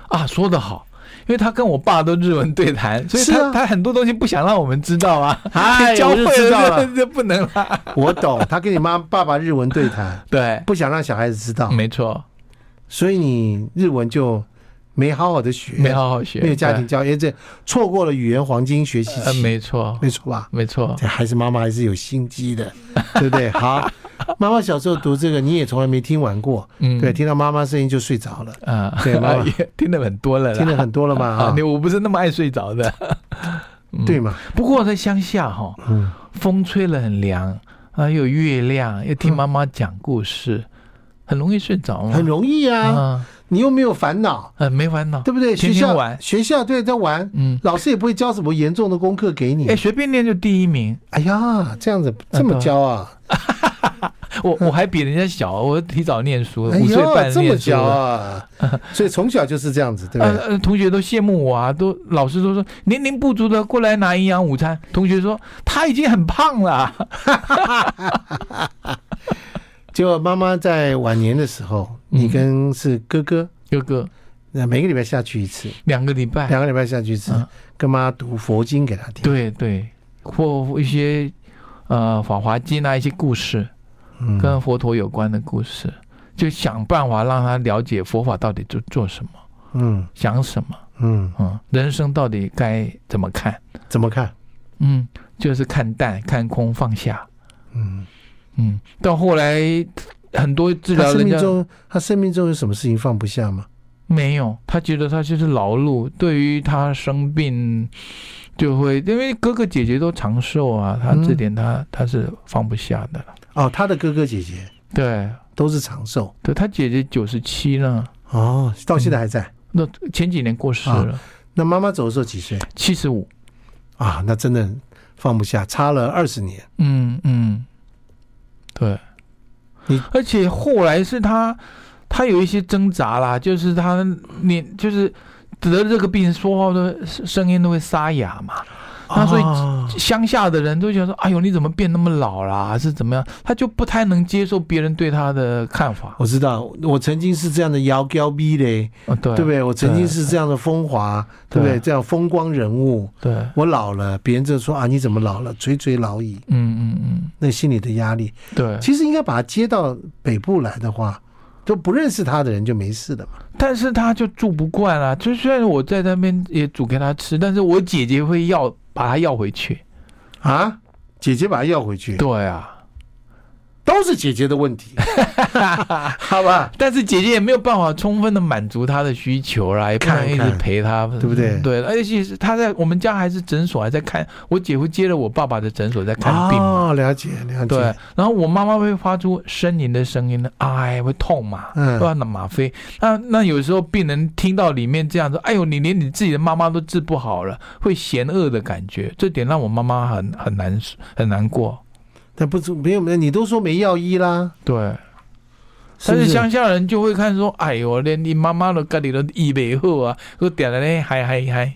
S2: 啊，说得好，因为他跟我爸都日文对谈，所以
S1: 是
S2: 他、
S1: 啊
S2: 他很多东西不想让我们知道啊。
S1: 哎
S2: 教
S1: 我
S2: 会
S1: 就知道了
S2: 这 这不能啦。
S1: 我懂，他跟你妈爸爸日文对谈，
S2: 对，啊
S1: 不想让小孩子知道，
S2: 没错，
S1: 所以你日文就没好好的学，
S2: 没好好学，
S1: 没有家庭教育，这错过了语言黄金学习
S2: 对，呃，
S1: 期，
S2: 没错，
S1: 没错吧？
S2: 没错，
S1: 这还是妈妈还是有心机的， 对不对？好，妈妈小时候读这个你也从来没听完过，
S2: 嗯，
S1: 对，听到妈妈声音就睡着 了，
S2: 啊，
S1: 对妈妈
S2: 也听得很多了啦，
S1: 听了很多了嘛
S2: 啊
S1: 啊，
S2: 你，我不是那么爱睡着 的。嗯
S1: 对，嘛？
S2: 不过在乡下哈，
S1: 嗯，
S2: 风吹了很凉，啊，有月亮，又听妈妈讲故事，很容易睡着嘛。
S1: 很容易啊，
S2: 啊，
S1: 你又没有烦恼，
S2: 呃，没烦恼。
S1: 对不对？
S2: 天
S1: 学
S2: 天
S1: 校
S2: 玩
S1: 学校对在玩，
S2: 嗯，
S1: 老师也不会教什么严重的功课给你
S2: 哎，。随便念就第一名，
S1: 哎呀，这样子这么教啊？
S2: 我我还比人家小，我提早念书，
S1: 哎
S2: 五岁
S1: 呀，
S2: 半
S1: 这么
S2: 念书
S1: 教
S2: 了。
S1: 啊！所以从小就是这样子，对不
S2: 呃
S1: 对？
S2: 呃，同学都羡慕我啊，都老师都说年龄不足的过来拿营养午餐。同学说他已经很胖了，啊
S1: 结果妈妈在晚年的时候，
S2: 嗯
S1: 你跟是哥哥，
S2: 哥哥
S1: 那每个礼拜下去一次，
S2: 两个礼拜，
S1: 两个礼拜下去一次
S2: 哎嗯，
S1: 跟妈读佛经给他听。
S2: 对对，或一些呃《法华经》啊，一些故事
S1: 嗯，
S2: 跟佛陀有关的故事，就想办法让他了解佛法到底做做什么，
S1: 嗯
S2: 想什么，
S1: 嗯，
S2: 嗯，人生到底该怎么看，
S1: 怎么看？
S2: 嗯，就是看淡、看空、放下，
S1: 嗯，
S2: 嗯，到后来很多治
S1: 他
S2: 疗
S1: 生
S2: 人
S1: 命
S2: 家
S1: 中他生命中有什么事情放不下吗？
S2: 没有，他觉得他就是劳碌，对于他生病。就会因为哥哥姐姐都长寿啊，他这
S1: 嗯
S2: 点他、他是放不下的了。
S1: 哦，他的哥哥姐姐
S2: 对，
S1: 都是长寿
S2: 对他姐姐九十七了，
S1: 哦，到现在还在。
S2: 那前几年过世了，
S1: 那妈妈走的时候几岁
S2: 七十五。
S1: 啊？那真的放不下，差了二十年。
S2: 嗯嗯，对
S1: 你。
S2: 而且后来是他，他有一些挣扎啦，就是他脸就是得了这个病，说话的声音都会沙哑嘛。那所以
S1: 啊
S2: 乡下的人都觉得说：“哎呦，你怎么变那么老啦？是怎么样？”他就不太能接受别人对他的看法。
S1: 我知道，我曾经是这样的摇高逼嘞，
S2: 啊，对
S1: 哦对不对？我曾经是这样的风华，对不对？
S2: 对
S1: 这样风光人物，
S2: 对，
S1: 我老了，别人就说啊，你怎么老了？垂垂老矣，
S2: 嗯嗯嗯，
S1: 那心里的压力。
S2: 对。
S1: 其实应该把他接到北部来的话，都不认识他的人就没事的嘛。
S2: 但是他就住不惯啊，就虽然我在那边也煮给他吃，但是我姐姐会要把他要回去。
S1: 啊，姐姐把他要回去，
S2: 对啊，
S1: 都是姐姐的问 题，好吧？
S2: 但是姐姐也没有办法充分的满足他的需求啦，也不
S1: 看
S2: 能一直
S1: 看
S2: 陪他，
S1: 对不对
S2: 对，而且是他在我们家还是诊所还在看，我姐会接了我爸爸的诊所在看病嘛。
S1: 哦，了解了
S2: 对
S1: 解，，
S2: 然后我妈妈会发出呻吟的声音呢，哎，会痛嘛，
S1: 嗯
S2: 对吧？那吗啡，那那有时候病人听到里面这样说，哎呦，你连你自己的妈妈都治不好了，会嫌恶的感觉，这点让我妈妈很很难很难过。
S1: 但不是没有没有，你都说没药医啦，
S2: 对，
S1: 是
S2: 但
S1: 不
S2: 是
S1: 是？
S2: 乡下人就会看说，哎呦，连你妈妈都家里都医不好啊，我点了嘞，还还还，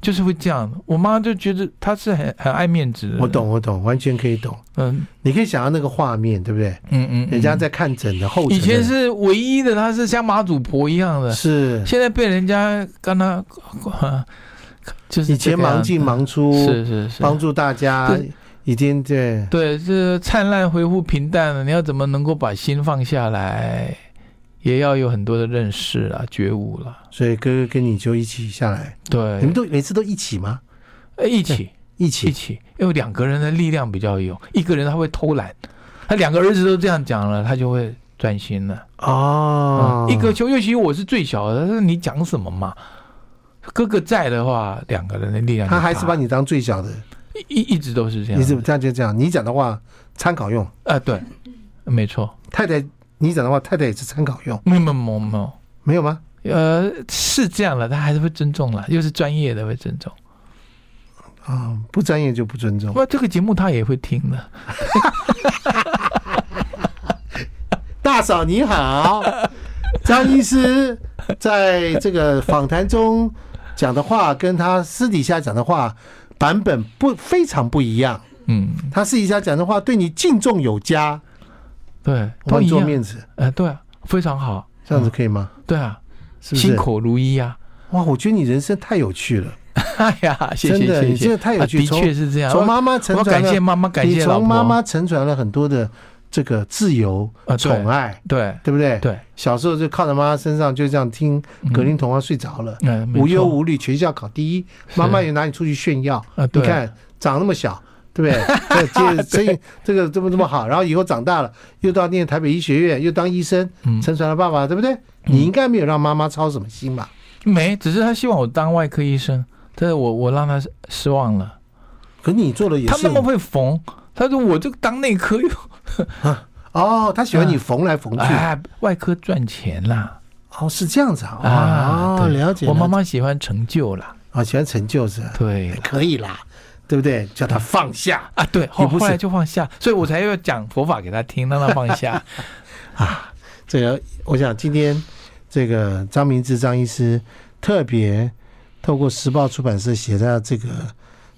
S2: 就是会这样。我妈就觉得她是很很爱面子的，
S1: 我，懂我懂，完全可以懂。
S2: 嗯
S1: 你可以想象那个画面，对不对？
S2: 嗯嗯，嗯
S1: 人家在看诊的后，
S2: 以前是唯一的，她是像马祖婆一样的，
S1: 是
S2: 现在被人家跟他， 就是
S1: 以前忙进忙出，
S2: 这个样子，是是是，
S1: 帮助大家
S2: 对，
S1: 已经对
S2: 对，这灿烂回复平淡了，你要怎么能够把心放下来？也要有很多的认识啦、觉悟啦。
S1: 所以哥哥跟你就一起下来，
S2: 对，
S1: 你们都每次都一起吗？
S2: 哎一起
S1: 一
S2: 一
S1: 起
S2: 起，因为两个人的力量比较有，一个人他会偷懒，他两个儿子都这样讲了，他就会专心了。
S1: 哦
S2: 嗯，一个球，尤其我是最小的，那你讲什么嘛？哥哥在的话，两个人的力量就
S1: 他还是
S2: 大
S1: 把你当最小的，
S2: 一一一直都是这样
S1: 你
S2: 子。
S1: 怎么这样就这样？你讲的话参考用，
S2: 啊，对，没错，
S1: 太太你讲的话太太也是参考用，
S2: 没有没有没有，
S1: 没有吗？
S2: 呃，是这样了，他还是会尊重了，又是专业的会尊重。
S1: 啊，不专业就不尊重
S2: 不，，这个节目他也会听的。
S1: 大嫂你 好，张医师在这个访谈中讲的话，跟他私底下讲的话版本不非常不一样。
S2: 嗯，
S1: 他私底下讲的话对你敬重有加，
S2: 对，
S1: 我
S2: 都
S1: 们
S2: 一
S1: 做
S2: 样。
S1: 面子，
S2: 呃，对啊，非常好，
S1: 这样子可以吗？
S2: 对啊，
S1: 是不
S2: 心
S1: 是？
S2: 口如一啊。
S1: 嗯 哇，我觉得你人生太有趣了，
S2: 哎呀，谢谢
S1: 真的，
S2: 谢
S1: 你真
S2: 谢
S1: 的，太有
S2: 啊
S1: 趣。
S2: 的
S1: 从
S2: 确是这样。
S1: 从妈妈
S2: 我
S1: 成
S2: 我
S1: 传
S2: 感谢
S1: 了，
S2: 妈妈，感
S1: 你
S2: 谢老
S1: 从
S2: 婆。
S1: 妈妈成传了很多的这个自由、
S2: 啊，
S1: 宠
S2: 对
S1: 爱，
S2: 对
S1: 对不对？
S2: 对，
S1: 小时候就靠在妈妈身上，就这样听
S2: 嗯
S1: 格林童话睡着了，
S2: 嗯，没
S1: 无忧
S2: 错
S1: 无虑，全校考第一，妈妈也拿你出去炫耀。
S2: 啊，
S1: 你
S2: 对，
S1: 看长那么小，对 不对？这这这这这个这么这么好，然后以后长大了又到念台北医学院，又当医生，
S2: 嗯，
S1: 成传了爸爸，对不对？你应该没有让妈妈操什么心吧？
S2: 没，只是他希望我当外科医生，但是我我让他失望了。
S1: 可你做了也
S2: 他
S1: 是
S2: 那么会缝，他说我就当内科又啊
S1: 哦，他喜欢你缝来缝去，
S2: 哎，外科赚钱啦。
S1: 哦，是这样子啊，
S2: 啊
S1: 哦，
S2: 对
S1: 了解。
S2: 我妈
S1: 了解
S2: 妈喜欢成就啦，
S1: 啊，喜欢成就是吧
S2: 对啦
S1: 可以啦，对不对？叫他放下
S2: 啊，对，后
S1: 你不是
S2: 后来就放下，所以我才要讲佛法给他听，让他放下。
S1: 啊。这个，我想今天这个张明志张医师特别透过时报出版社写的这个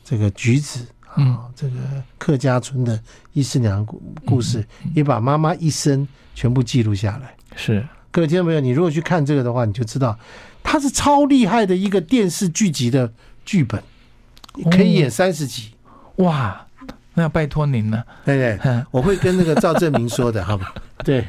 S1: 这个橘子。
S2: 嗯
S1: 啊，这个客家村的医师娘故故事，也把妈妈一生全部记录下来。
S2: 是，
S1: 各位听众朋友，你如果去看这个的话，你就知道它是超厉害的一个电视剧集的剧本，可以演三十集。
S2: 哇，那要拜托您了。
S1: 对对，
S2: 嗯
S1: 我会跟那个赵正明说 的，好吧？对，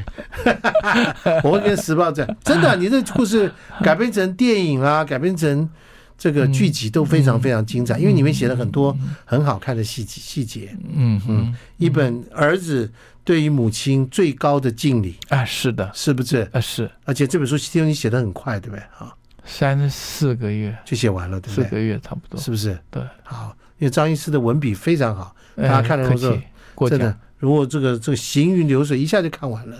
S1: 我会跟时报这样，真的啊、你这故事改编成电影啊，改编成这个剧集都非常非常精彩，因为里面写了很多很好看的细节细节。
S2: 嗯嗯
S1: 一本儿子对于母亲最高的敬礼，
S2: 啊，是的，
S1: 是不是？
S2: 啊是
S1: 而且这本书听说你写的很快，对不对？啊，
S2: 三十四个月，
S1: 就写完了，对不
S2: 四
S1: 对？
S2: 个月差不多。
S1: 是不是？
S2: 对，
S1: 好，因为张医师的文笔非常好，大家看了
S2: 哎客
S1: 之后
S2: 气，过
S1: 真
S2: 奖
S1: 的，如果这个这个行云流水一下就看完了，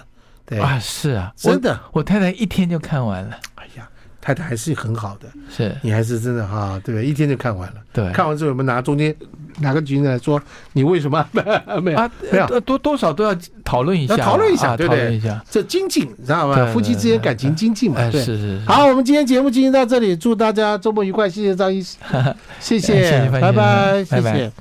S1: 对，
S2: 啊，是啊，我
S1: 哎真的，
S2: 我太太一天就看完了，
S1: 哎呀，太太还是很好的，
S2: 是
S1: 你还是真的哈、对不对？一天就看完了，
S2: 对。
S1: 看完之后我们拿中间拿个橘子来说，你为什么 没有？
S2: 啊，
S1: 没有
S2: 呃多多少都要讨论一下，
S1: 要讨论一下
S2: 啊
S1: 对不
S2: 讨
S1: 对
S2: 论一下。
S1: 这精进，你知道
S2: 对
S1: 吗？
S2: 对
S1: 夫妻之
S2: 对
S1: 间
S2: 对
S1: 感情精进嘛，
S2: 哎，
S1: 对
S2: 是。是是，
S1: 好，我们今天节目进行到这里，祝大家周末愉快，谢谢张医师，谢
S2: 哎谢谢范先生
S1: 拜拜，谢
S2: 拜拜
S1: 谢。